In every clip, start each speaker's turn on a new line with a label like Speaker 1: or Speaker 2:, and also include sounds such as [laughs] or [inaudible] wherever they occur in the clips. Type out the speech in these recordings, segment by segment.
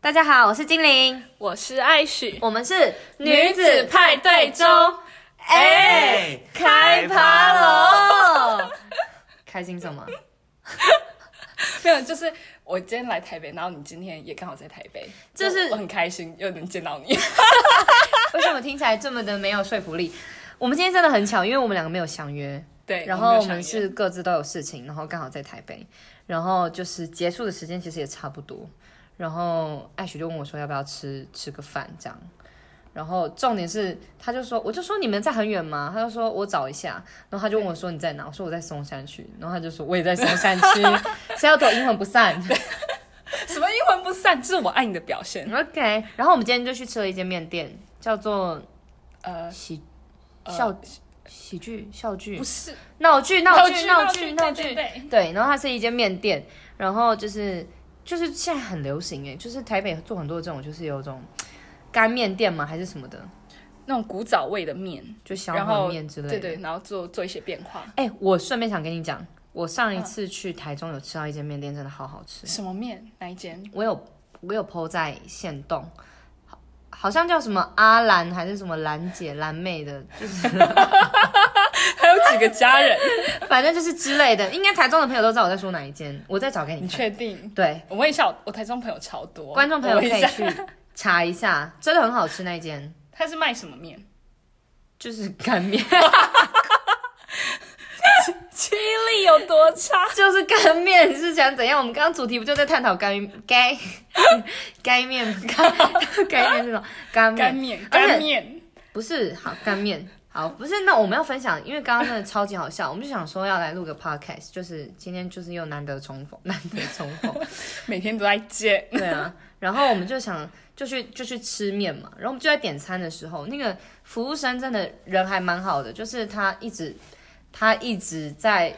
Speaker 1: 大家好，我是精灵，
Speaker 2: 我是艾许，
Speaker 1: 我们是
Speaker 2: 女子派对中，哎、开趴喽！
Speaker 1: 喽！开心什么？
Speaker 2: 没有，就是我今天来台北，然后你今天也刚好在台北，
Speaker 1: 就是
Speaker 2: 我我很开心又能见到你。
Speaker 1: [laughs]
Speaker 2: [laughs]
Speaker 1: 为什么听起来这么的没有说服力？我们今天真的很巧，因为我们两个没有相约，
Speaker 2: 对，
Speaker 1: 然
Speaker 2: 没
Speaker 1: 后
Speaker 2: 有
Speaker 1: 我
Speaker 2: 想
Speaker 1: 们是各自都有事情，然后刚好在台北，然后就是结束的时间其实也差不多。然后艾许就问我说要不要吃吃个饭这样，然后重点是他就说我就说你们在很远吗？他就说我找一下，然后他就问我说你在哪？我说我在松山区，然后他就说我也在松山
Speaker 2: [laughs]
Speaker 1: 区，谁要躲阴魂不散
Speaker 2: 约什么阴魂不散，这是我爱你的表现。
Speaker 1: ？OK，然后我们今天就去吃了一间面店，叫做
Speaker 2: 呃，
Speaker 1: 喜
Speaker 2: 呃
Speaker 1: 笑、喜剧笑剧
Speaker 2: 不是
Speaker 1: 闹剧闹剧闹剧闹
Speaker 2: 对
Speaker 1: 剧
Speaker 2: 对对，
Speaker 1: 对，然后它是一间面店，然后就是就是现在很流行哎，就是台北做很多这种，就是有一种干面店嘛，还是什么的，
Speaker 2: 那种古早味的面，
Speaker 1: 就小
Speaker 2: 然
Speaker 1: 炒
Speaker 2: 后
Speaker 1: 面之类的。
Speaker 2: 对对，然后做做一些变化。
Speaker 1: 哎、我顺便想跟你讲，我上一次去台中有吃到一间面店，真的好好吃。
Speaker 2: 什么面？哪
Speaker 1: [laughs]
Speaker 2: 一间？
Speaker 1: 我有我有 PO 在线动，好好像叫什么阿兰还是什么兰姐兰妹的，就是
Speaker 2: 还有几个家人？ [laughs]
Speaker 1: 反正就是之类的。应该台中的朋友都知道我在说哪一间，我再找给你
Speaker 2: 你
Speaker 1: 看。
Speaker 2: 确定？
Speaker 1: 对，
Speaker 2: 我问一下，我我台中朋友超多，
Speaker 1: 观众朋友
Speaker 2: 我
Speaker 1: 可
Speaker 2: 问一
Speaker 1: 以
Speaker 2: 下，
Speaker 1: 去查一下， [laughs] 真的很好吃那一间，
Speaker 2: 他是卖什么面？ [laughs]
Speaker 1: 就是干面，
Speaker 2: 气力有多差？
Speaker 1: [laughs] 就是干面是想怎样？我们刚刚主题不就在探讨干该 [laughs] 该面 [laughs] 干该面这种干面
Speaker 2: 干面，
Speaker 1: 嗯而且
Speaker 2: 干面，
Speaker 1: 不是好干面。好，不是，那我们要分享，因为刚刚真的超级好笑，我们就想说要来录个 podcast，就是今天就是又难得重逢， [laughs] 难得重
Speaker 2: [laughs]
Speaker 1: 逢，
Speaker 2: 每天都在煎。
Speaker 1: 对啊，然后我们就想就去就去吃面嘛，然后我们就在点餐的时候，那个服务生真的人还蛮好的，就是他一直他一直在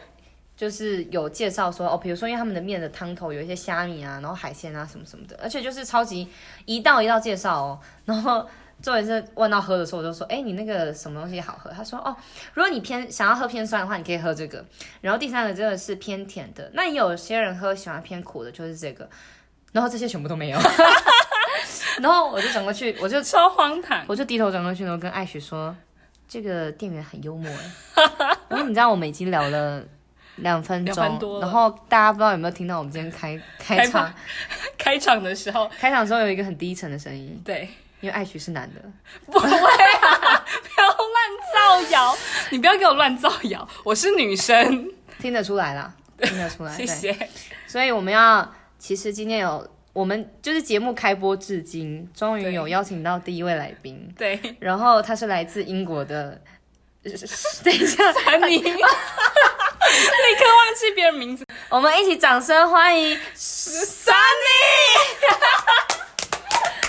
Speaker 1: 就是有介绍说哦，比如说因为他们的面的汤头有一些虾米啊，然后海鲜啊什么什么的，而且就是超级一道一道介绍哦， [laughs] 然后。重点是问到喝的时候，我就说：“哎、你那个什么东西好喝？”他说：“哦，如果你偏想要喝偏酸的话，你可以喝这个。然后第三个真的是偏甜的，那也有些人喝喜欢偏苦的，就是这个。然后这些全部都没有。 [laughs] 然后我就转过去，我就
Speaker 2: 超荒唐， [laughs]
Speaker 1: 我就低头转过去，然后跟艾许说：“这个店员很幽默。” [laughs] 然后你知道我们已经聊了两分钟，
Speaker 2: 两分多了
Speaker 1: 然后大家不知道有没有听到我们今天
Speaker 2: [laughs]
Speaker 1: 开开场
Speaker 2: 开场的时候，
Speaker 1: 开场的时候有一个很低沉的声音，
Speaker 2: 对，
Speaker 1: 因为艾许是男的，
Speaker 2: 不会啊，不要乱造谣， [laughs] 你不要给我乱造谣，我是女生，
Speaker 1: 听得出来啦，听得出来。
Speaker 2: [laughs] 谢
Speaker 1: 对
Speaker 2: 谢。
Speaker 1: 所以我们要，其实今天有我们就是节目开播至今，终于
Speaker 2: 对
Speaker 1: 有邀请到第一位来宾，
Speaker 2: 对，
Speaker 1: 然后他是来自英国
Speaker 2: [laughs]
Speaker 1: 的。等一下，
Speaker 2: 安妮，立刻忘记别人名字
Speaker 1: 我们一起掌声欢迎 Sunny。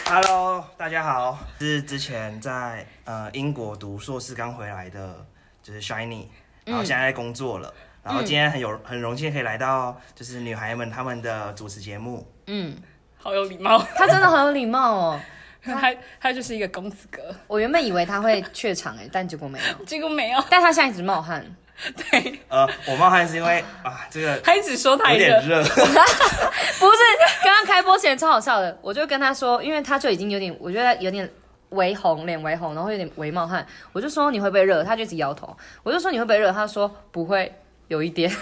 Speaker 3: Hello，大家好，是之前在呃英国读硕士刚回来的，就是 Shiny，然
Speaker 1: 嗯
Speaker 3: 后现在在工作了，然后今天很有很荣幸可以来到就是女孩们他们的主持节目，
Speaker 1: 嗯，
Speaker 2: 好有礼貌，
Speaker 1: 他真的很有礼貌哦。
Speaker 2: 他他就是一个公子哥，
Speaker 1: 我原本以为他会怯场 [laughs] 哎、但结果没有。
Speaker 2: 结果没有， [laughs]
Speaker 1: 但他现在一直冒汗，
Speaker 2: 对，
Speaker 3: 呃，我冒汗是
Speaker 1: [laughs]
Speaker 3: 因为啊这个
Speaker 2: 他一直说太
Speaker 3: 有点
Speaker 2: 热，
Speaker 3: 热，
Speaker 1: 不是刚刚开播前超好笑的，我就跟他说，因为他就已经有点，我觉得有点微红，脸微红，然后有点微冒汗，我就说你会不会热，他就一直摇头，我就说你会不会热，他说不会，有一点， [laughs]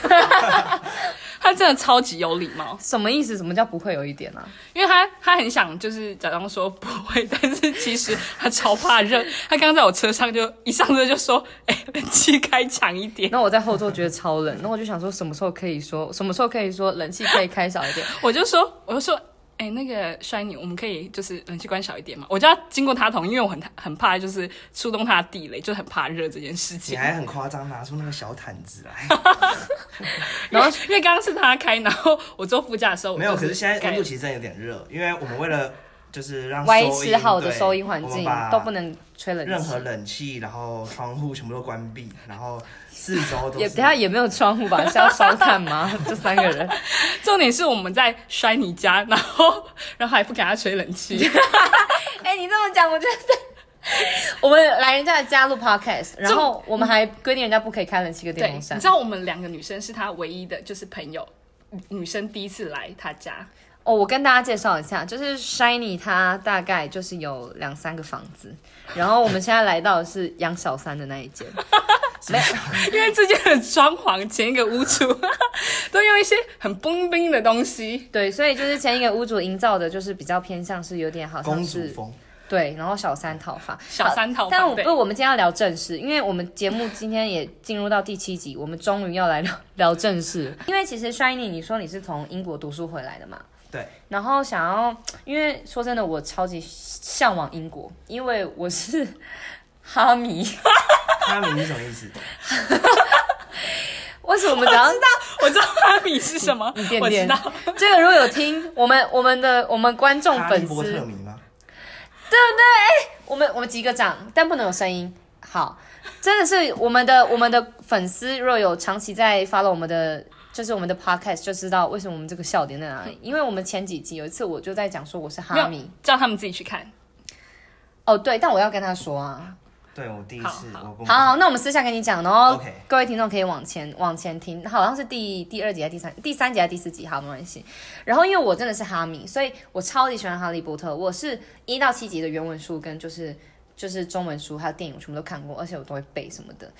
Speaker 2: 他真的超级有礼貌，
Speaker 1: 什么意思？什么叫不会有一点啊？
Speaker 2: 因为他他很想就是假装说不会， [laughs] 但是其实他超怕热。他刚刚在我车上就一上车就说：“哎、冷气开强一点。
Speaker 1: 然后我在后座觉得超冷，然后我就想说什么时候可以说，什么时候可以说冷气可以开小一
Speaker 3: [laughs]
Speaker 1: 点，”
Speaker 2: 我就说：“我就说，哎、那个帅你，我们可以就是冷气关小一点嘛。”我就要经过他同意，因为我很很怕就是触动他的地雷，就很怕热这件事
Speaker 3: 你
Speaker 2: 情。
Speaker 3: 还很夸张，拿出那个小毯
Speaker 1: [laughs]
Speaker 3: 子来，
Speaker 2: 然后因为刚刚是他开，然后我坐副驾的时候我
Speaker 3: 没有，
Speaker 2: 就
Speaker 3: 可是现在
Speaker 2: 盖
Speaker 3: 温度其实真的有点热，因为我们为了就是让
Speaker 1: 维
Speaker 3: 收
Speaker 1: 持
Speaker 3: 音
Speaker 1: 好的
Speaker 3: 对
Speaker 1: 收音环
Speaker 3: 我们
Speaker 1: 境
Speaker 3: 把
Speaker 1: 都不能吹冷气，
Speaker 3: 任何冷气，然后窗户全部都关闭，然后四周都
Speaker 1: 也
Speaker 3: 是
Speaker 1: 等下也没有窗户吧？是要烧炭吗？ [laughs] 这三个人，
Speaker 2: 重点是我们在摔你家，然后然后还不给他吹冷气，
Speaker 1: [laughs] 哎、你这么讲，我觉得 [laughs] 我们来人家的家录 podcast，然后我们还规定人家不可以开冷气跟电
Speaker 2: 对，
Speaker 1: 风
Speaker 2: 你
Speaker 1: 扇
Speaker 2: 知。道我们两个女生是他唯一的，就是朋友，女女生第一次来他家，
Speaker 1: 哦，我跟大家介绍一下，就是 Shiny 它大概就是有两三个房子，然后我们现在来到的是养小三的那一 [laughs] 间，没有
Speaker 2: 因为之前的装潢，前一个屋主 [laughs] 都用一些很冰冰的东西，
Speaker 1: 对，所以就是前一个屋主营造的，就是比较偏向是有点好像
Speaker 3: 公主
Speaker 1: 是
Speaker 3: 风，
Speaker 1: 对，然后小三套房，
Speaker 2: 小三套房
Speaker 1: 但我
Speaker 2: 对
Speaker 1: 不，我们今天要聊正事，因为我们节目今天也进入到第七集，我们终于要来聊 [laughs] 聊正事。因为其实 Shiny，你说你是从英国读书回来的嘛？
Speaker 3: 对。
Speaker 1: 然后想要，因为说真的，我超级向往英国，因为我是 [laughs] 哈
Speaker 2: [laughs]
Speaker 1: 迷。
Speaker 3: 哈迷是什么
Speaker 1: [laughs]
Speaker 3: 意思？
Speaker 1: 为什么我们只要
Speaker 2: 我知道哈米是什么，
Speaker 1: 你点
Speaker 2: 我知
Speaker 1: 点
Speaker 2: 道，
Speaker 1: 这个？如果有听我们我们的我们观众
Speaker 3: 哈利
Speaker 1: 哦粉
Speaker 3: 波
Speaker 1: 丝
Speaker 3: 特，迷吗？
Speaker 1: 我们我们几个掌，但不能有声音。好，真的是我们的我们的粉丝，若有长期在 follow 我们的，就是我们的 podcast，就知道为什么我们这个笑点在哪里。因为我们前几集有一次我就在讲说我是
Speaker 2: 没
Speaker 1: 哈
Speaker 2: 有
Speaker 1: 迷，
Speaker 2: 叫他们自己去看。
Speaker 1: 哦对，但我要跟他说啊。
Speaker 3: 对我第一
Speaker 2: 好
Speaker 3: 次，
Speaker 2: 好
Speaker 3: 我跟我
Speaker 1: 好好，那我们私下跟你讲，然后
Speaker 3: OK
Speaker 1: 各位听众可以往前往前听，好像是第第二集还是第三第三集还是第四集，好没关系。然后因为我真的是哈迷，所以我超级喜欢哈利波特，我是一到七集的原文书跟就是就是中文书还有电影我全部都看过，而且我都会背什么的。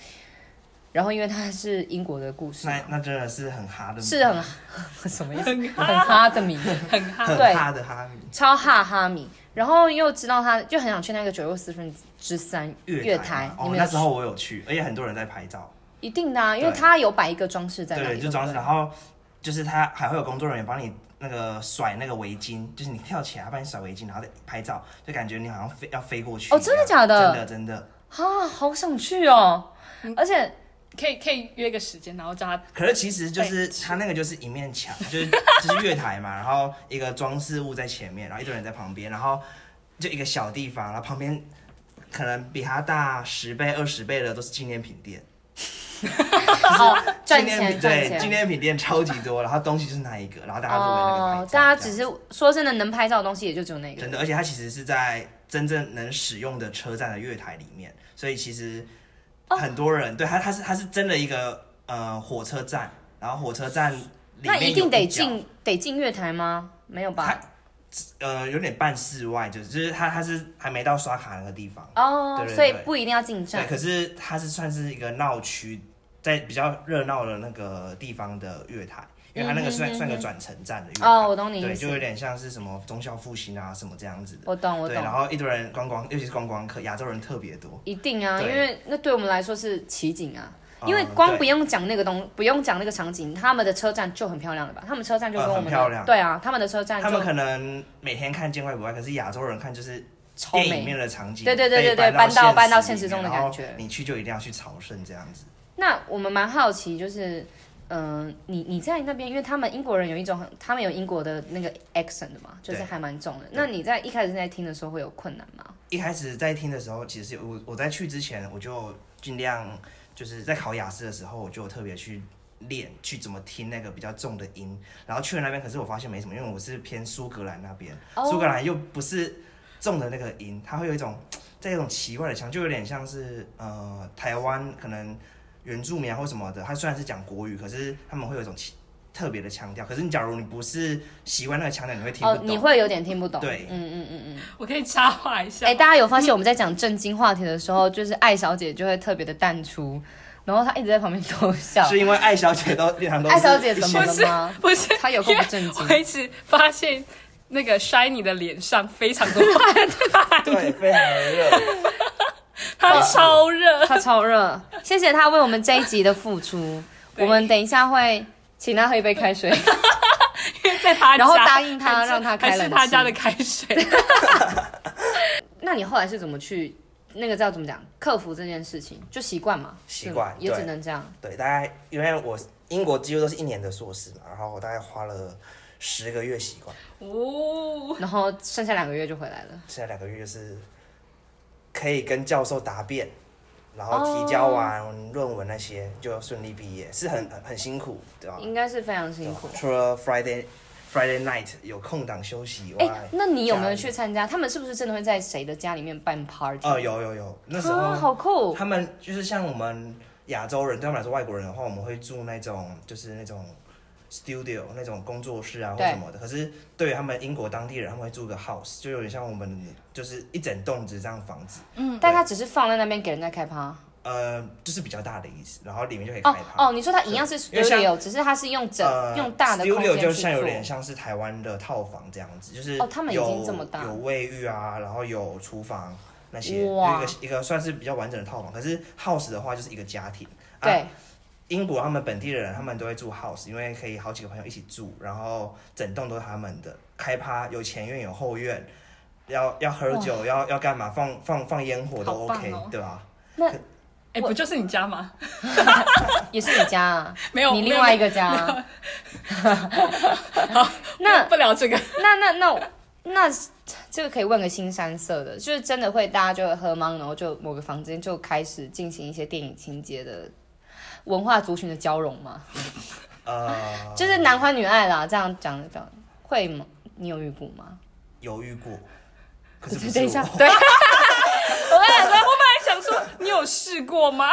Speaker 1: 然后因为它是英国的故事嘛，
Speaker 3: 那那真的是很哈的，
Speaker 1: 是很 [laughs] 什么意思？
Speaker 2: 很
Speaker 1: 很哈的迷。
Speaker 2: 很哈，
Speaker 3: 很
Speaker 1: 对
Speaker 3: 哈的哈迷。
Speaker 1: 超哈哈米，然后又知道他就很想去那个九又四分之三
Speaker 3: 月
Speaker 1: 台
Speaker 3: 嘛，
Speaker 1: 你
Speaker 3: 哦，
Speaker 1: 们有
Speaker 3: 那时
Speaker 1: 去？
Speaker 3: 候我有去，而且很多人在拍照，
Speaker 1: 一定的啊，因为
Speaker 3: 对
Speaker 1: 他有摆一个装饰在那里，
Speaker 3: 对，就
Speaker 1: 不
Speaker 3: 装饰，然后就是他还会有工作人员帮你那个甩那个围巾，就是你跳起来，他帮你甩围巾，然后再拍照，就感觉你好像飞要飞过去一
Speaker 1: 哦
Speaker 3: 样。
Speaker 1: 真的假的
Speaker 3: 真的真的。
Speaker 1: 啊，好想去哦！
Speaker 3: 嗯
Speaker 1: 而且
Speaker 2: 可以可以约个时间，然后叫他
Speaker 3: 可是其实就是
Speaker 2: 对
Speaker 3: 它那个就是一面墙，
Speaker 1: [laughs]
Speaker 3: 就是就是月台嘛，然后一个装饰物在前面，然后一堆人在旁边，然后就一个小地方，然后旁边可能比它大十倍、二十倍的都是纪念品店，
Speaker 1: 好赚
Speaker 3: 纪念
Speaker 1: 钱
Speaker 3: 品
Speaker 1: 赚
Speaker 3: 对，纪
Speaker 1: 钱
Speaker 3: 念品店超级多，然后东西就是那一个，然后大家都围那个拍照
Speaker 1: 哦，大家
Speaker 3: 这样
Speaker 1: 只是说真的能拍照的东西也就只有那个
Speaker 3: 真，的，而且它其实是在真正能使用的车站的月台里面，所以其实
Speaker 1: 哦
Speaker 3: 很多人、对它，它是它是真的一个呃火车站，然后火车站里
Speaker 1: 那
Speaker 3: 面
Speaker 1: 一定
Speaker 3: 有
Speaker 1: 得
Speaker 3: 角
Speaker 1: 进得进月台吗？没有吧？
Speaker 3: 呃，有点半室外，就是就是它它是还没到刷卡那个地方，
Speaker 1: 哦
Speaker 3: 对，对
Speaker 1: 所以
Speaker 3: 对
Speaker 1: 不一定要进
Speaker 3: 对，
Speaker 1: 站
Speaker 3: 可是它是算是一个闹区，在比较热闹的那个地方的月台，因为它那个
Speaker 1: 嗯
Speaker 3: 算、
Speaker 1: 哼嗯哼
Speaker 3: 算个转乘站的月台，
Speaker 1: 哦，我懂你
Speaker 3: 对，
Speaker 1: 意
Speaker 3: 就有
Speaker 1: 思，
Speaker 3: 点像是什么中校复兴啊什么这样子的，
Speaker 1: 我懂我
Speaker 3: 对，然
Speaker 1: 懂，
Speaker 3: 后一堆人观光，尤其是观光客，亚洲人特别多，
Speaker 1: 一定啊，因
Speaker 3: 对
Speaker 1: 为那对我们来说是奇景啊。
Speaker 3: 呃
Speaker 1: 因为光
Speaker 3: 对
Speaker 1: 不用讲那个东，不用讲那个场景，他们的车站就很漂亮了吧？他们车站就
Speaker 3: 呃
Speaker 1: 跟我
Speaker 3: 很
Speaker 1: 们
Speaker 3: 漂
Speaker 1: 的
Speaker 3: 亮
Speaker 1: 对啊，他们的车站
Speaker 3: 他们
Speaker 1: 就
Speaker 3: 可能每天看见外不外，可是亚洲人看就是
Speaker 1: 超
Speaker 3: 电影里
Speaker 1: 美。
Speaker 3: 面的场景，
Speaker 1: 对对对对对
Speaker 3: 被搬
Speaker 1: 搬到搬到
Speaker 3: 现
Speaker 1: 现实中的
Speaker 3: 里面
Speaker 1: 感
Speaker 3: 然后
Speaker 1: 觉
Speaker 3: 你去就一定要去朝圣这样子。
Speaker 1: 那我们蛮好奇，就是，嗯、你你在那边，因为他们英国人有一种很，他们有英国的那个 accent 的嘛，就是
Speaker 3: 对
Speaker 1: 还蛮重的。那你在一开始在听的时候会有困难吗？
Speaker 3: 一开始在听的时候，其实我我在去之前，我就尽量就是在考雅思的时候，我就特别去练去怎么听那个比较重的音。然后去了那边，可是我发现没什么，因为我是偏苏格兰那边，
Speaker 1: 哦
Speaker 3: 苏、格兰又不是重的那个音，它会有一种在一种奇怪的腔，就有点像是呃台湾可能原住民啊或什么的，他虽然是讲国语，可是他们会有一种奇特别的腔调。可是你假如你不是习惯那个腔调，你会听不
Speaker 1: 哦，
Speaker 3: 懂。
Speaker 1: 你会有点听不懂。
Speaker 3: 对
Speaker 1: 嗯嗯嗯嗯。
Speaker 2: 我可以插话一下
Speaker 1: 哎、。大家有发现我们在讲正经话题的时候，就是艾小姐就会特别的淡出，然后她一直在旁边偷笑。
Speaker 3: 是因为艾小姐都经常都是
Speaker 1: 艾小姐怎么
Speaker 2: 不
Speaker 1: 了
Speaker 2: 是
Speaker 1: 吗？
Speaker 2: 不是，
Speaker 1: 她有够不正经
Speaker 2: 我。一直发现那个 Shiny 的脸上非常多汗，
Speaker 3: 对，非常的热。 [laughs]
Speaker 2: 他超热。
Speaker 1: 他超热，谢谢他为我们这一集的付
Speaker 3: [laughs]
Speaker 1: 出。
Speaker 2: 对
Speaker 1: 我们等一下会请他喝一杯开水。
Speaker 2: 在他家，
Speaker 1: 然后答应他
Speaker 2: 还是
Speaker 1: 让他开
Speaker 2: 还
Speaker 1: 冷气
Speaker 2: 是他家的开水。
Speaker 1: 那你后来是怎么去那个叫怎么讲克服这件事情？就习惯嘛，
Speaker 3: 习惯
Speaker 1: 是吗也只
Speaker 3: 对
Speaker 1: 能这样。
Speaker 3: 对，大概因为我英国几乎都是一年的硕士嘛，然后我大概花了十个月习惯，
Speaker 2: 哦，
Speaker 1: 然后剩下两个月就回来了。
Speaker 3: 剩下两个月就是可以跟教授答辩，然后提交完论文那些就顺利毕业，是很很很辛苦，对吧？
Speaker 1: 应该是非常嗯辛苦
Speaker 3: 对吧。除了 Friday Friday night 有空档休息以
Speaker 1: 哎、
Speaker 3: 外，
Speaker 1: 那你有没
Speaker 3: 家
Speaker 1: 有
Speaker 3: 里
Speaker 1: 去参加？他们是不是真的会在谁的家里面办 party？
Speaker 3: 哦、有有有，那时
Speaker 1: 啊，
Speaker 3: 候
Speaker 1: 好酷！
Speaker 3: 他们就是像我们亚洲人，对他们来说外国人的话，我们会住那种就是那种 studio 那种工作室啊或
Speaker 1: 对
Speaker 3: 什么的。可是对于他们英国当地人，他们会住个 house，就有点像我们就是一整栋只这样房子，
Speaker 1: 但他只是放在那边给人家开趴。
Speaker 3: 呃，就是比较大的意思，然后里面就可以
Speaker 1: 哦
Speaker 3: 开趴。
Speaker 1: 哦，你说它一样是
Speaker 3: 因为像
Speaker 1: studio，只是它是用整、
Speaker 3: 呃，
Speaker 1: 用大的空
Speaker 3: studio
Speaker 1: 间
Speaker 3: 就
Speaker 1: 去
Speaker 3: 像有
Speaker 1: 做。
Speaker 3: 点像是台湾的套房这样子，就是
Speaker 1: 哦他们已
Speaker 3: 有
Speaker 1: 经这么大
Speaker 3: 有卫浴啊，然后有厨房那些，有
Speaker 1: 哇
Speaker 3: 一个一个算是比较完整的套房。可是 house 的话就是一个家庭，啊
Speaker 1: 对，
Speaker 3: 英国他们本地的人，他们都会住 house，因为可以好几个朋友一起住，然后整栋都是他们的，开趴有前院有后院，要要喝酒 [laughs] 要要干嘛，放放放烟火都
Speaker 2: 好棒
Speaker 3: OK，、
Speaker 2: 哦
Speaker 3: 对吧？
Speaker 2: 哎、不就是你家吗？
Speaker 1: 也是你家 [laughs] 啊，
Speaker 2: 没有，
Speaker 1: 你
Speaker 2: 没
Speaker 1: 另
Speaker 2: 有
Speaker 1: 外一个家、 [laughs] 啊。那
Speaker 2: 不聊这个。
Speaker 1: [laughs] 那那那那这个可以问个新山色的，就是真的会大家就会喝懵，然后就某个房间就开始进行一些电影情节的文化族群的交融吗？
Speaker 3: 呃，
Speaker 1: 就是男欢女爱啦，这样讲讲会吗？你有遇过吗？
Speaker 3: 犹豫过，可是不是
Speaker 1: 等一下，
Speaker 3: 我
Speaker 1: 对，
Speaker 2: 我本来想说，你有试过吗？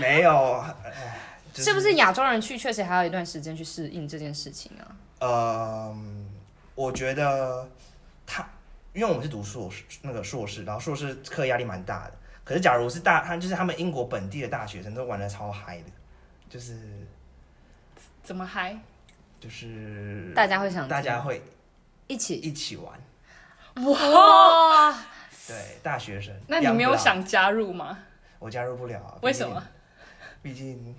Speaker 3: 没有，哎就是
Speaker 1: 不是亚洲人去确实还有一段时间去适应这件事情
Speaker 3: 嗯
Speaker 1: 啊？
Speaker 3: 呃，我觉得他，因为我们是读硕士那个硕士，然后硕士课压力蛮大的。可是假如是大，他就是他们英国本地的大学生都玩的超嗨的，就是
Speaker 2: 怎么嗨？
Speaker 3: 就是
Speaker 1: 大家会想
Speaker 3: 大家会
Speaker 1: 一起
Speaker 3: [laughs] 一起玩，
Speaker 1: 哇，
Speaker 3: 对，大学生。
Speaker 2: 哦那你
Speaker 3: 养不
Speaker 2: 没有
Speaker 3: 了？
Speaker 2: 想加入吗？
Speaker 3: 我加入不了、啊，
Speaker 2: 为
Speaker 3: 毕竟
Speaker 2: 什么？
Speaker 3: 毕竟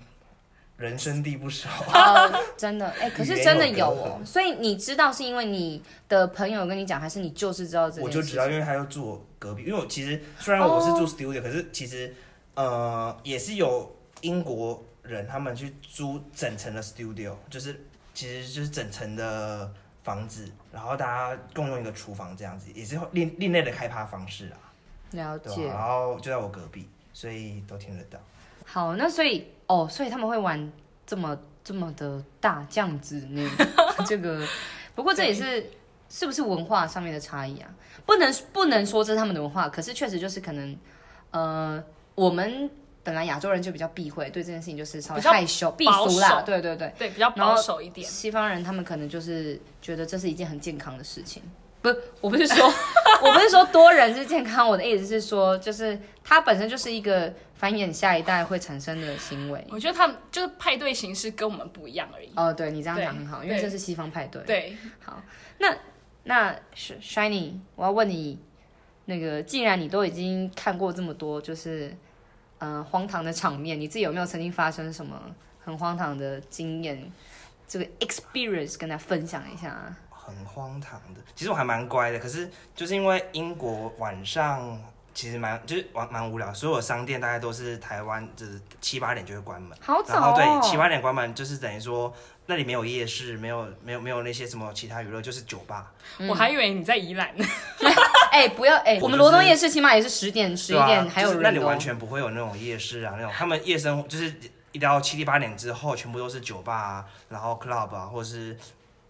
Speaker 3: 人生地不熟。
Speaker 1: 哦，真的，哎、可
Speaker 3: 语
Speaker 1: 是
Speaker 3: 言
Speaker 1: 真的
Speaker 3: 有
Speaker 1: 有
Speaker 3: 隔
Speaker 1: 哦，所以你知道是因为你的朋友跟你讲，还是你就是知道这件
Speaker 3: 我
Speaker 1: 事情？
Speaker 3: 就知道，因为他就住我隔壁。因为我其实虽然我是住 studio，、可是其实呃也是有英国人他们去租整层的 studio，就是其实就是整层的房子，然后大家共用一个厨房这样子，也是另另类的开趴方式啊，
Speaker 1: 了
Speaker 3: 对
Speaker 1: 解
Speaker 3: 吧、。然后就在我隔壁，所以都听得到。
Speaker 1: 好，那所以哦，所以他们会玩这么这么的大这样子呢？ [laughs] 这个，不过这也是是不是文化上面的差异啊？不能不能说这是他们的文化，可是确实就是可能，呃，我们本来亚洲人就比较避讳对这件事情，就是稍微
Speaker 2: 比较
Speaker 1: 害羞避
Speaker 2: 保
Speaker 1: 俗啦，
Speaker 2: 守
Speaker 1: 对对对。
Speaker 2: 对，比较保守一点。
Speaker 1: 西方人他们可能就是觉得这是一件很健康的事情。不，我不是说， [laughs] 我不是说多人是健康，我的意思是说，就是它本身就是一个繁衍下一代会产生的行为。
Speaker 2: 我觉得他们就是派对形式跟我们不一样而已。
Speaker 1: 哦，对你这样
Speaker 2: 对
Speaker 1: 讲很好，因为
Speaker 2: 对
Speaker 1: 这是西方派对。，
Speaker 2: 对，
Speaker 1: 好，那那 Sh- Shiny，我要问你，那个既然你都已经看过这么多，就是呃荒唐的场面，你自己有没有曾经发生什么很荒唐的经验？这个 experience 跟大家分享一下啊。
Speaker 3: 很荒唐的。其实我还蛮乖的，可是就是因为英国晚上其实蛮就是蛮蛮无聊，所有的商店大概都是台湾就是七八点就会关门，
Speaker 1: 好早
Speaker 3: 然后
Speaker 1: 哦
Speaker 3: 对七八点关门就是等于说那里没有夜市，没有没有没有那些什么其他娱乐，就是酒吧。
Speaker 2: 我
Speaker 1: 嗯
Speaker 2: 还以为你在宜兰，
Speaker 1: 哎、不要哎、
Speaker 3: 我
Speaker 1: 我们
Speaker 3: 就是
Speaker 1: 罗东夜市起码也是十点、十一
Speaker 3: 对啊
Speaker 1: 点，还有
Speaker 3: 就是
Speaker 1: 人、
Speaker 3: 那
Speaker 1: 哦。
Speaker 3: 里完全不会有那种夜市啊，那种他们夜生活就是一到七点八点之后，全部都是酒吧啊，然后 club 啊，或者是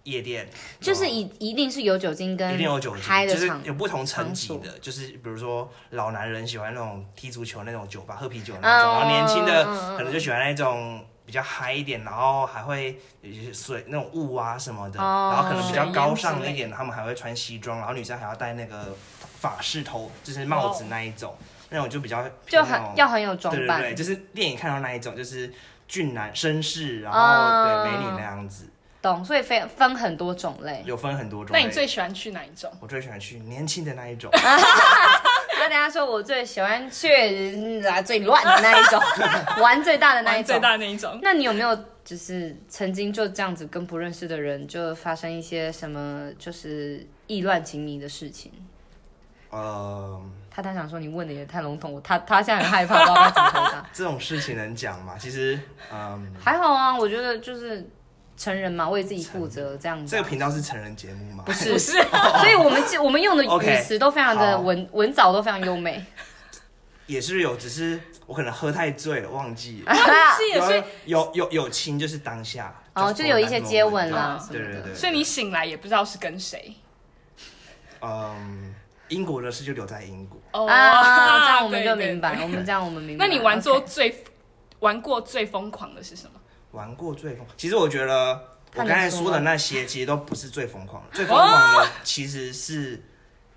Speaker 3: 夜店，
Speaker 1: 就是
Speaker 3: 然后
Speaker 1: 一一定是有酒精跟
Speaker 3: 哦一定有酒
Speaker 1: 嗨的
Speaker 3: 精，就是
Speaker 1: 场。
Speaker 3: 有不同层级
Speaker 1: 场
Speaker 3: 的，就是比如说老男人喜欢那种踢足球那种酒吧喝啤酒那
Speaker 1: 嗯
Speaker 3: 种，然后年轻
Speaker 1: 嗯嗯嗯
Speaker 3: 的可能就喜欢那种比较嗨一点，然后还会有一些水那种雾啊什么的，
Speaker 1: 哦
Speaker 3: 然后可能比较高
Speaker 2: 水
Speaker 3: 尚
Speaker 2: 烟
Speaker 3: 一
Speaker 2: 之类
Speaker 3: 点，他们还会穿西装，然后女生还要戴那个法式头，就是帽子
Speaker 2: 哇哦
Speaker 3: 那一种，那种就比较
Speaker 1: 就
Speaker 3: 偏那
Speaker 1: 很
Speaker 3: 种
Speaker 1: 要很有装
Speaker 3: 对对
Speaker 1: 扮，
Speaker 3: 对，就是电影看到那一种就是俊男绅士，然后
Speaker 1: 嗯
Speaker 3: 对美女那样子，
Speaker 1: 懂？所以分分很多种类。
Speaker 3: 有分很多种
Speaker 2: 那
Speaker 3: 类。
Speaker 2: 你最喜欢去哪一种？
Speaker 3: 我最喜欢去年轻的那一种。
Speaker 1: 那大家说我最喜欢去啊最乱的那一
Speaker 3: [laughs]
Speaker 1: 种，玩最大的那一
Speaker 2: 玩
Speaker 1: 种
Speaker 2: 最。大的那
Speaker 1: [laughs]
Speaker 2: 一种。
Speaker 1: 那你有没有就是曾经就这样子跟不认识的人就发生一些什么就是意乱情迷的事情？
Speaker 3: 呃，
Speaker 1: 他他想说你问的也太笼统，我他他现在很害怕，不知道该怎么回答。
Speaker 3: 这种事情能讲吗？其实，嗯，
Speaker 1: 还好啊，我觉得就是成人嘛，为自己负责这样子
Speaker 3: 这
Speaker 1: 啊、
Speaker 3: 个频道是成人节目吗
Speaker 1: 不？是
Speaker 2: 不是，
Speaker 1: 所以我们记我们用的语
Speaker 3: OK，
Speaker 1: 词都非常的
Speaker 3: 好
Speaker 1: 文文藻都非常优美。
Speaker 3: [laughs] 也是有，只是我可能喝太醉了， [laughs] 忘记
Speaker 1: 啊
Speaker 3: 了。
Speaker 2: 是也
Speaker 3: 有
Speaker 2: 是。
Speaker 3: 有有有亲，就是当下
Speaker 1: 哦就有一些接吻啦
Speaker 3: 对
Speaker 1: 什么的
Speaker 3: [laughs] 对对对，
Speaker 2: 所以你醒来也不知道是跟谁
Speaker 3: 嗯，英国的事就留在英国。
Speaker 2: 哦
Speaker 1: 啊，这样我们就明。
Speaker 2: 对对
Speaker 1: 白，我们这样我们明白。
Speaker 2: 那你玩做
Speaker 1: OK
Speaker 2: 最玩过最疯狂的是什么？
Speaker 3: 玩过最疯，其实我觉得我
Speaker 1: 他
Speaker 3: 刚
Speaker 1: 能
Speaker 3: 才
Speaker 1: 说
Speaker 3: 说的
Speaker 1: 吗
Speaker 3: 那些其实都不是最疯狂的，最疯狂的其实是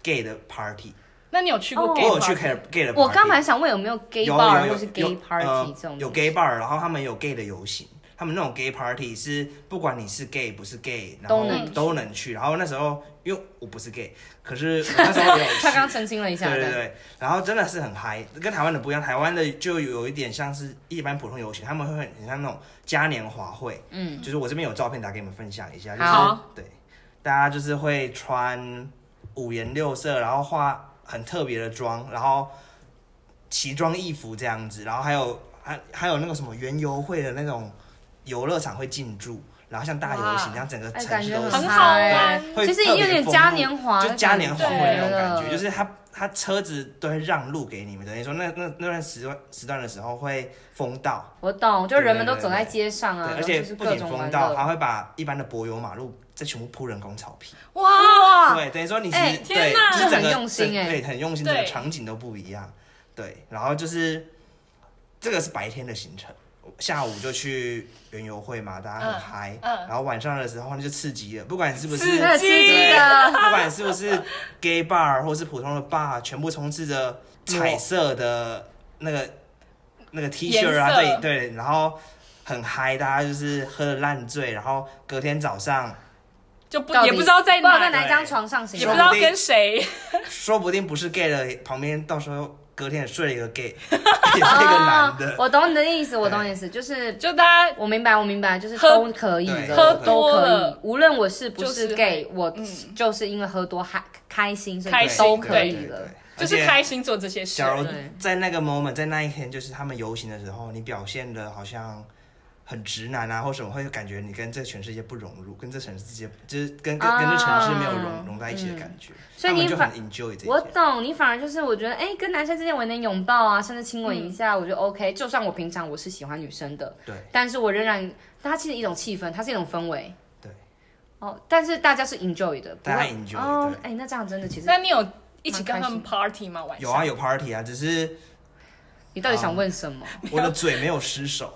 Speaker 3: gay 的 party，
Speaker 2: 那你有去过
Speaker 1: 哦
Speaker 2: gay
Speaker 3: 我有去
Speaker 2: party
Speaker 3: gay 的 gay 的 party，
Speaker 1: 我刚才想问有没有 gay
Speaker 3: 有
Speaker 1: bar
Speaker 3: 有
Speaker 1: 或
Speaker 3: 有
Speaker 1: 是
Speaker 3: 有
Speaker 1: gay
Speaker 3: 呃
Speaker 1: party 这种东西
Speaker 3: 有 gay bar，然后他们有 gay 的游行，他们那种 gay party 是不管你是 gay 不是 gay，然后
Speaker 1: 都能去
Speaker 3: 都能去。然后那时候因为我不是 gay，可是我那时
Speaker 1: [laughs]
Speaker 3: 候也有
Speaker 1: 他刚
Speaker 3: 去。
Speaker 1: 澄清了一下，
Speaker 3: 对对对，然后真的是很嗨，跟台湾的不一样。台湾的就有一点像是一般普通游行，他们会很很像那种嘉年华会，
Speaker 1: 嗯，
Speaker 3: 就是我这边有照片打给你们分享一下，就
Speaker 1: 好
Speaker 3: 是对，大家就是会穿五颜六色，然后化很特别的妆，然后奇装异服这样子，然后还有还还有那个什么园游会的那种游乐场会进驻，然后像大游行
Speaker 2: 哇
Speaker 3: 这样，整个
Speaker 1: 哎，
Speaker 3: 城
Speaker 1: 感
Speaker 3: 市
Speaker 1: 觉
Speaker 3: 都
Speaker 2: 很
Speaker 3: 是，
Speaker 2: 好
Speaker 1: 嗨
Speaker 2: 玩
Speaker 3: 会
Speaker 1: 其实
Speaker 3: 特别
Speaker 1: 有点
Speaker 3: 丰
Speaker 1: 嘉
Speaker 3: 富
Speaker 1: 年华的
Speaker 3: 就
Speaker 1: 感觉，
Speaker 3: 嘉年华会那种感觉，
Speaker 1: 对
Speaker 3: 就是他他车子都会让路给你们，等于说那那那段时段时段的时候会封道。
Speaker 1: 我懂，就
Speaker 3: 对
Speaker 1: 人们都
Speaker 3: 对
Speaker 1: 走在
Speaker 3: 对
Speaker 1: 街上啊，
Speaker 3: 对，而
Speaker 1: 然后
Speaker 3: 且
Speaker 1: 就是
Speaker 3: 不
Speaker 1: 各
Speaker 3: 仅
Speaker 1: 种
Speaker 3: 封
Speaker 1: 玩
Speaker 3: 道，还
Speaker 1: 乐。
Speaker 3: 会把一般的柏油马路再全部铺人工草皮。
Speaker 2: 哇，
Speaker 3: 对，等于说你其
Speaker 1: 哎
Speaker 3: 实
Speaker 2: 天
Speaker 3: 对，
Speaker 2: 哪
Speaker 3: 就是
Speaker 1: 这
Speaker 3: 整
Speaker 1: 很
Speaker 3: 个
Speaker 1: 用心
Speaker 3: 整
Speaker 1: 哎
Speaker 3: 对，很用心，整个
Speaker 2: 对
Speaker 3: 场景都不一样。对，然后就是这个是白天的行程，下午就去园游会嘛，大家很
Speaker 2: 嗯
Speaker 3: 嗨。
Speaker 2: 嗯
Speaker 3: 然后晚上的时候那就刺激了，不管是不是
Speaker 2: 刺
Speaker 3: [laughs]
Speaker 1: 太刺激的，
Speaker 3: 不管是不是 gay bar 或是普通的 bar，全部充斥着彩色的那个那个 T 恤
Speaker 2: 颜
Speaker 3: 啊，对
Speaker 2: 色
Speaker 3: 对，然后很嗨，大家就是喝的烂醉，然后隔天早上
Speaker 2: 就不
Speaker 1: 到底
Speaker 2: 也不知道在
Speaker 1: 不知道在
Speaker 2: 哪，
Speaker 1: 哪一张床上行
Speaker 2: 也
Speaker 1: 动，
Speaker 2: 不知道跟谁，
Speaker 3: 说不定不是 gay 的，旁边到时候隔天也睡了一个
Speaker 2: [laughs]
Speaker 3: gay，也是一个男
Speaker 1: 啊
Speaker 3: 的，
Speaker 2: 哦
Speaker 1: 我懂你的意思，我懂你的意思，就是
Speaker 2: 就大家
Speaker 1: 我明白，我明白，就是
Speaker 2: 喝
Speaker 1: 都可以
Speaker 3: 对
Speaker 1: 的，
Speaker 3: 喝
Speaker 1: 都
Speaker 2: 多
Speaker 1: 可以
Speaker 2: 了，
Speaker 1: 无论我是不
Speaker 2: 就是是
Speaker 1: gay，我
Speaker 2: 嗯
Speaker 1: 就是因为喝多嗨开心，所
Speaker 2: 开
Speaker 1: 以
Speaker 2: 心
Speaker 1: 都
Speaker 3: 对
Speaker 1: 可以了。。
Speaker 2: 就
Speaker 3: 对对对
Speaker 2: 是
Speaker 3: 而且
Speaker 2: 开心做这些事。
Speaker 3: 假如
Speaker 1: 对
Speaker 3: 在那个 moment，在那一天，就是他们游行的时候，你表现的好像很直男啊，或什么，会感觉你跟这全世界不融入，跟这城市之间，就是跟跟、跟这城市没有融融在一起的感觉，
Speaker 1: 啊嗯所以你
Speaker 3: 他们就很
Speaker 1: 反
Speaker 3: enjoy 这一
Speaker 1: 我
Speaker 3: 点。
Speaker 1: 懂你，反而就是我觉得，哎、跟男生之间我也能拥抱啊，甚至亲吻一
Speaker 3: 嗯
Speaker 1: 下，我觉得 OK。就算我平常我是喜欢女生的，
Speaker 3: 对
Speaker 1: 但是我仍然，它其实一种气氛，它是一种氛围。
Speaker 3: 对，
Speaker 1: 哦，但是大家是 enjoy 的，不会
Speaker 3: 大家 enjoy，
Speaker 1: 哦，
Speaker 3: 对
Speaker 1: 哎、那这样真的其实，
Speaker 2: 那你有一起跟他
Speaker 1: 蛮
Speaker 2: 们 party 吗？晚上
Speaker 3: 有啊，有 party 啊，
Speaker 1: [laughs]
Speaker 3: 只是
Speaker 1: 你到底想问什么？
Speaker 3: 我的嘴没有失手，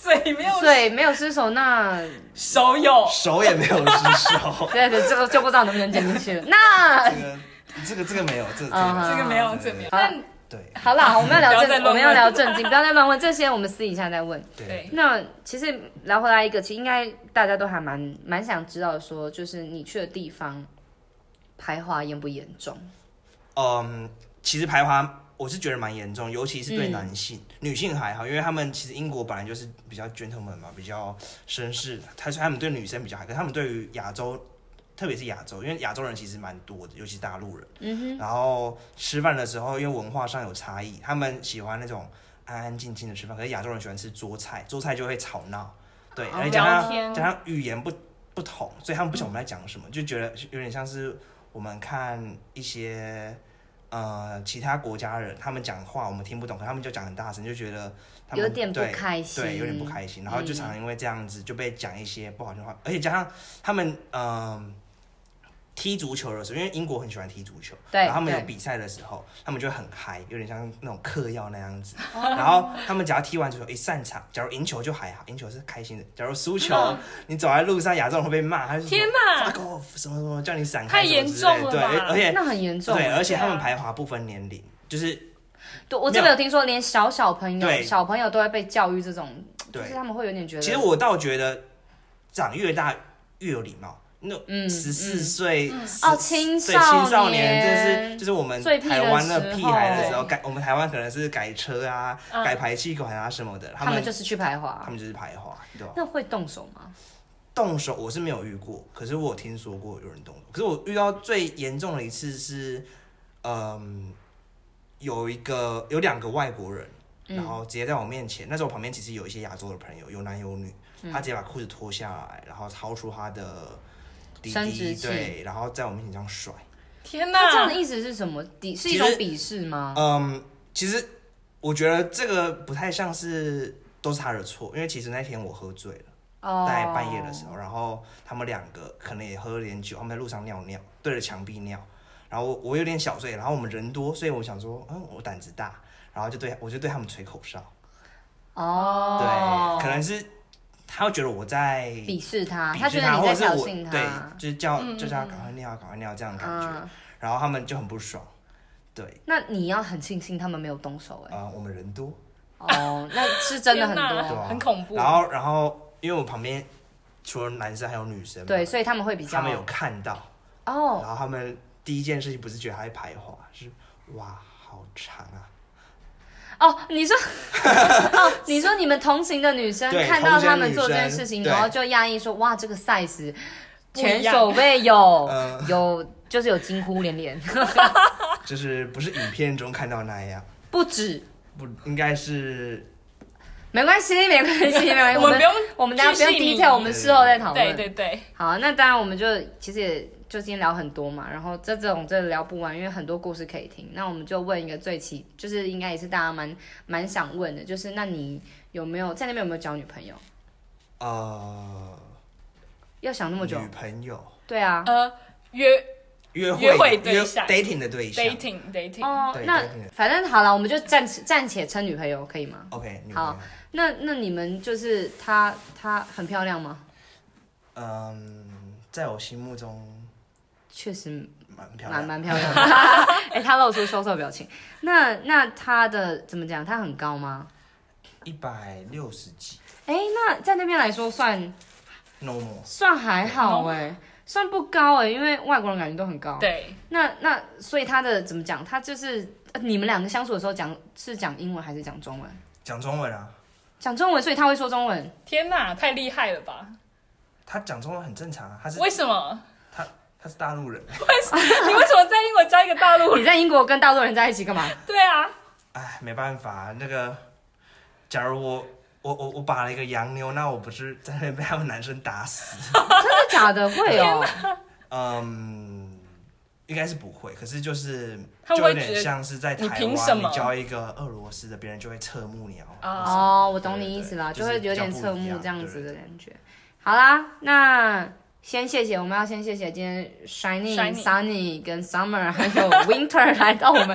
Speaker 2: 嘴没有，
Speaker 1: 对，没有失手，那。
Speaker 2: 手有，
Speaker 3: 手也没有失手
Speaker 1: [laughs] 对对，这个就不知道能不能剪进去了。那
Speaker 3: [laughs] 这个这个这个没有，这个这
Speaker 1: 嗯
Speaker 3: 个
Speaker 2: 这个没有，
Speaker 3: 对
Speaker 2: 这个没有。
Speaker 1: 好
Speaker 2: 但
Speaker 3: 对
Speaker 1: 好啦，
Speaker 3: [laughs]
Speaker 1: 我们要聊
Speaker 2: 不要再
Speaker 1: 正，
Speaker 2: 乱问
Speaker 1: 我们要聊正经，不要再乱问这些，我们私底下再问。
Speaker 3: 对
Speaker 2: 对
Speaker 1: 那其实聊回来一个，其实应该大家都还蛮蛮想知道说就是你去的地方排华严不严重？
Speaker 3: 嗯，其实排华我是觉得蛮严重，尤其是对
Speaker 1: 嗯
Speaker 3: 男性，女性还好，因为他们其实英国本来就是比较 gentleman 嘛，比较绅士，他说他们对女生比较还，可是他们对于亚洲，特别是亚洲，因为亚洲人其实蛮多的，尤其大陆人。嗯哼。然后吃饭的时候，因为文化上有差异，他们喜欢那种安安静静的吃饭，可是亚洲人喜欢吃桌菜，桌菜就会吵闹，对，而且加
Speaker 2: 聊
Speaker 3: 上
Speaker 2: 天
Speaker 3: 加上语言不不同，所以他们不晓得我们在讲什么，就觉得有点像是我们看一些。呃，其他国家人他们讲话我们听不懂，可他们就讲很大声，就觉得他们
Speaker 1: 有点不
Speaker 3: 对
Speaker 1: 开心，
Speaker 3: 对，有点不开心，然后就
Speaker 1: 嗯
Speaker 3: 常常因为这样子就被讲一些不好听的话，而且加上他们嗯、踢足球的时候，因为英国很喜欢踢足球，
Speaker 1: 对
Speaker 3: 啊然后他们有
Speaker 1: 对
Speaker 3: 比赛的时候，他们就很嗨，有点像那种嗑药那样子。
Speaker 1: 哦
Speaker 3: 然后他们只要踢完足球一散场，假如赢球就还好，赢球是开心的。假如输球，
Speaker 2: 嗯
Speaker 3: 你走在路上，亚洲人会被骂，他就说
Speaker 2: 天哪
Speaker 3: [laughs] fuck off 什么什么，叫你闪
Speaker 2: 太
Speaker 3: 开什么
Speaker 2: 严
Speaker 3: 之
Speaker 2: 重
Speaker 3: 类的
Speaker 2: 了
Speaker 3: 对，
Speaker 2: 吧
Speaker 3: 而且
Speaker 1: 那很严重。
Speaker 3: 对，而且他们
Speaker 2: 对啊
Speaker 3: 排华不分年龄，就是
Speaker 1: 对，我这边有听说，连小小朋友、
Speaker 3: 对
Speaker 1: 小朋友都会被教育这种，就
Speaker 3: 对
Speaker 1: 是他们会有点觉得，
Speaker 3: 其实我倒觉得长越大越有礼貌。那
Speaker 1: 嗯
Speaker 3: 十四岁十
Speaker 1: 哦青少
Speaker 3: 对青少
Speaker 1: 年
Speaker 3: 年，就是就是我们
Speaker 1: 最屁的
Speaker 3: 台湾的屁孩的
Speaker 2: 时
Speaker 3: 时
Speaker 2: 候
Speaker 3: 候，改我们台湾可能是改车啊、
Speaker 2: 嗯
Speaker 3: 改排气管啊什么的，
Speaker 1: 他
Speaker 3: 们
Speaker 1: 们就是去排华
Speaker 3: 他，们就是排华，对吧？
Speaker 1: 那会动手吗？
Speaker 3: 动手我是没有遇过，可是我有听说过有人动手。可是我遇到最严重的一次是，嗯，有一个有两个外国人，
Speaker 1: 嗯
Speaker 3: 然后直接在我面前，那时候我旁边其实有一些亚洲的朋友，有男有女，
Speaker 1: 嗯
Speaker 3: 他直接把裤子脱下来，然后掏出他的滴
Speaker 1: 生殖
Speaker 3: 滴，
Speaker 1: 器
Speaker 3: 对，然后在我面前这样甩。
Speaker 2: 天
Speaker 1: 那这样的，
Speaker 2: 哪
Speaker 1: 意思是什么？鄙是
Speaker 3: 其
Speaker 1: 一
Speaker 3: 实
Speaker 1: 种鄙视吗？
Speaker 3: 嗯，其实我觉得这个不太像是都是他的错，因为其实那天我喝醉了。
Speaker 1: 哦，
Speaker 3: 在半夜的时候，然后他们两个可能也喝了点酒，他们在路上尿尿，对着墙壁尿，然后我我有点小醉，然后我们人多，所以我想说，嗯，我胆子大，然后就对我就对他们吹口哨，
Speaker 1: 哦，
Speaker 3: 对，可能是他会觉得我在
Speaker 1: 鄙视他，
Speaker 3: 鄙
Speaker 1: 觉
Speaker 3: 视
Speaker 1: 得你
Speaker 3: 或
Speaker 1: 在
Speaker 3: 者是
Speaker 1: 挑
Speaker 3: 我
Speaker 1: 衅
Speaker 3: 对，
Speaker 1: 他，
Speaker 3: 就是叫就是要赶快尿，赶快尿这样的感觉，
Speaker 1: 嗯，
Speaker 3: 然后他们就很不爽。对，
Speaker 1: 那你要很庆幸他们没有动手
Speaker 3: [laughs]
Speaker 1: 哎、
Speaker 3: 啊、我们人多，
Speaker 1: 哦，那是真的很
Speaker 2: 天哪
Speaker 3: 对
Speaker 1: 多，
Speaker 3: 啊，
Speaker 2: 很恐怖
Speaker 3: 然后然后因为我旁边除了男生还有女生嘛，
Speaker 1: 对，所以他们会比较
Speaker 3: 他们有看到，
Speaker 1: 哦，
Speaker 3: 然后他们第一件事情不是觉得他在排华，是哇好长啊，
Speaker 1: 哦，你
Speaker 3: [laughs]
Speaker 1: 说，哦，你说你们同行的女生
Speaker 3: 对
Speaker 1: 看到
Speaker 3: 同行的
Speaker 1: 他们做这件
Speaker 3: 女生
Speaker 1: 事情，
Speaker 3: 对
Speaker 1: 然后就讶异说：“哇，这个 size
Speaker 2: 不一
Speaker 1: 前
Speaker 2: 样
Speaker 1: 所未有，
Speaker 3: 嗯
Speaker 1: [laughs] 有就是有惊呼连连， [laughs]
Speaker 3: 就是不是影片中看到那样，
Speaker 1: 不止。”
Speaker 3: 不应该是
Speaker 1: 没关系，没关系，没关系。
Speaker 2: [laughs] 我们不用
Speaker 1: 我们大家不用
Speaker 2: 巨细靡遗
Speaker 1: detail，我们事后再讨论。
Speaker 2: 对对对，
Speaker 1: 好，那当然我们就其实也就今天聊很多嘛，然后这这种真的聊不完，因为很多故事可以听。那我们就问一个最奇，就是应该也是大家蛮蛮想问的，就是那你有没有在那边有没有交女朋友？
Speaker 3: 呃
Speaker 1: 要想那么久
Speaker 3: 女？朋友
Speaker 1: 对啊。
Speaker 2: 呃，约
Speaker 3: 约会
Speaker 2: 约会对
Speaker 3: 约
Speaker 2: 象
Speaker 3: dating 的对象
Speaker 2: dating dating，
Speaker 1: 哦
Speaker 3: 对，
Speaker 1: 那
Speaker 3: 对对
Speaker 1: 反正好了，我们就暂且暂且称女朋友可以吗？
Speaker 3: ，OK 女朋
Speaker 1: 好
Speaker 3: 友，
Speaker 1: 那那你们就是她，她很漂亮吗？
Speaker 3: 嗯，在我心目中
Speaker 1: 确实
Speaker 3: 蛮漂
Speaker 1: 蛮
Speaker 3: 亮的，
Speaker 1: 蛮漂亮的。 [laughs] 哎、她露出收瘦表情。那那她的怎么讲？她很高吗？
Speaker 3: 一百六十几
Speaker 1: 哎、那在那边来说算
Speaker 3: ，normal，
Speaker 1: 算还好
Speaker 3: 哦
Speaker 1: 哎、算不高哎、因为外国人感觉都很高。
Speaker 2: 对，
Speaker 1: 那那所以她的怎么讲？她就是呃你们两个相处的时候讲是讲英文还是讲中文？
Speaker 3: 讲中文啊，
Speaker 1: 讲中文，所以她会说中
Speaker 3: [laughs]
Speaker 1: 文。
Speaker 2: 天哪，太厉害了吧？
Speaker 3: 他讲中文很正常啊，他是
Speaker 2: 为什么？ [laughs]
Speaker 3: 他是大陆人，
Speaker 2: 你为什么在英国加一个大陆
Speaker 1: 你
Speaker 2: 人？
Speaker 1: 在英国跟大陆人在一起干嘛？
Speaker 2: 对啊，
Speaker 3: 哎，没办法，那个，假如我我我我把了一个洋妞，那我不是在那边被他们男生打死？
Speaker 1: 真的假的？
Speaker 3: [laughs]
Speaker 1: 会哦、
Speaker 3: 嗯，应该是不会，可是就是
Speaker 2: 他
Speaker 3: 就
Speaker 2: 们会
Speaker 3: 有点
Speaker 2: 觉得
Speaker 3: 像是在
Speaker 2: 你
Speaker 3: 台
Speaker 2: 凭什
Speaker 3: 湾，
Speaker 2: 么
Speaker 3: 你交一个俄罗斯的，别人就会侧目你啊。
Speaker 2: 啊，
Speaker 1: 哦，我懂你意思啦，
Speaker 3: 对
Speaker 1: 就
Speaker 3: 对
Speaker 1: 会
Speaker 3: 对
Speaker 1: 有点
Speaker 3: 就是比
Speaker 1: 侧
Speaker 3: 较
Speaker 1: 目
Speaker 3: 不一样
Speaker 1: 这样子的感觉。好啦，那先谢谢，我们要先谢谢今天 Shining、
Speaker 2: Shining
Speaker 1: Sunny 跟 Summer 还有 Winter 来到我们。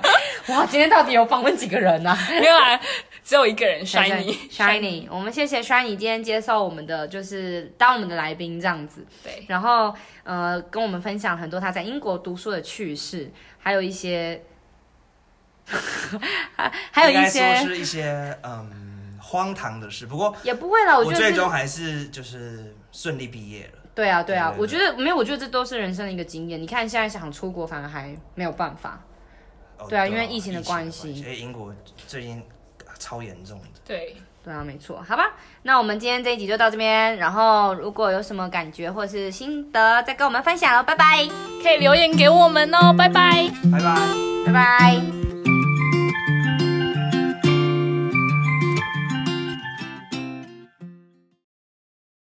Speaker 1: 哇，今天到底有访问几个人呢、啊？
Speaker 2: 没有啊，只有一
Speaker 1: [laughs]
Speaker 2: 个人 shiny
Speaker 1: Shiny，我们谢谢 Shiny 今天接受我们的，就是当我们的来宾这样子，
Speaker 2: 对，
Speaker 1: 然后呃跟我们分享很多他在英国读书的趣事，还有一些， [laughs] 还还有一
Speaker 3: 应该
Speaker 1: 些
Speaker 3: 说是一些嗯荒唐的事，不过
Speaker 1: 也不会啦，我觉
Speaker 3: 我
Speaker 1: 得
Speaker 3: 最
Speaker 1: 是
Speaker 3: 终还是就是顺利毕业了。
Speaker 1: 对啊，对啊
Speaker 3: 对，对
Speaker 1: 我觉得没有，我觉得这都是人生的一个经验。你看现在想出国，反而还没有办法。
Speaker 3: 哦
Speaker 1: 对啊因为疫情的关系
Speaker 3: 疫情的哎，英国最近超严重的。
Speaker 2: 对，
Speaker 1: 对啊，没错，好吧。那我们今天这一集就到这边，然后如果有什么感觉或是心得，再跟我们分享哦。拜拜，
Speaker 2: 可以留言给我们哦，拜拜。
Speaker 3: 拜拜。
Speaker 1: 拜拜。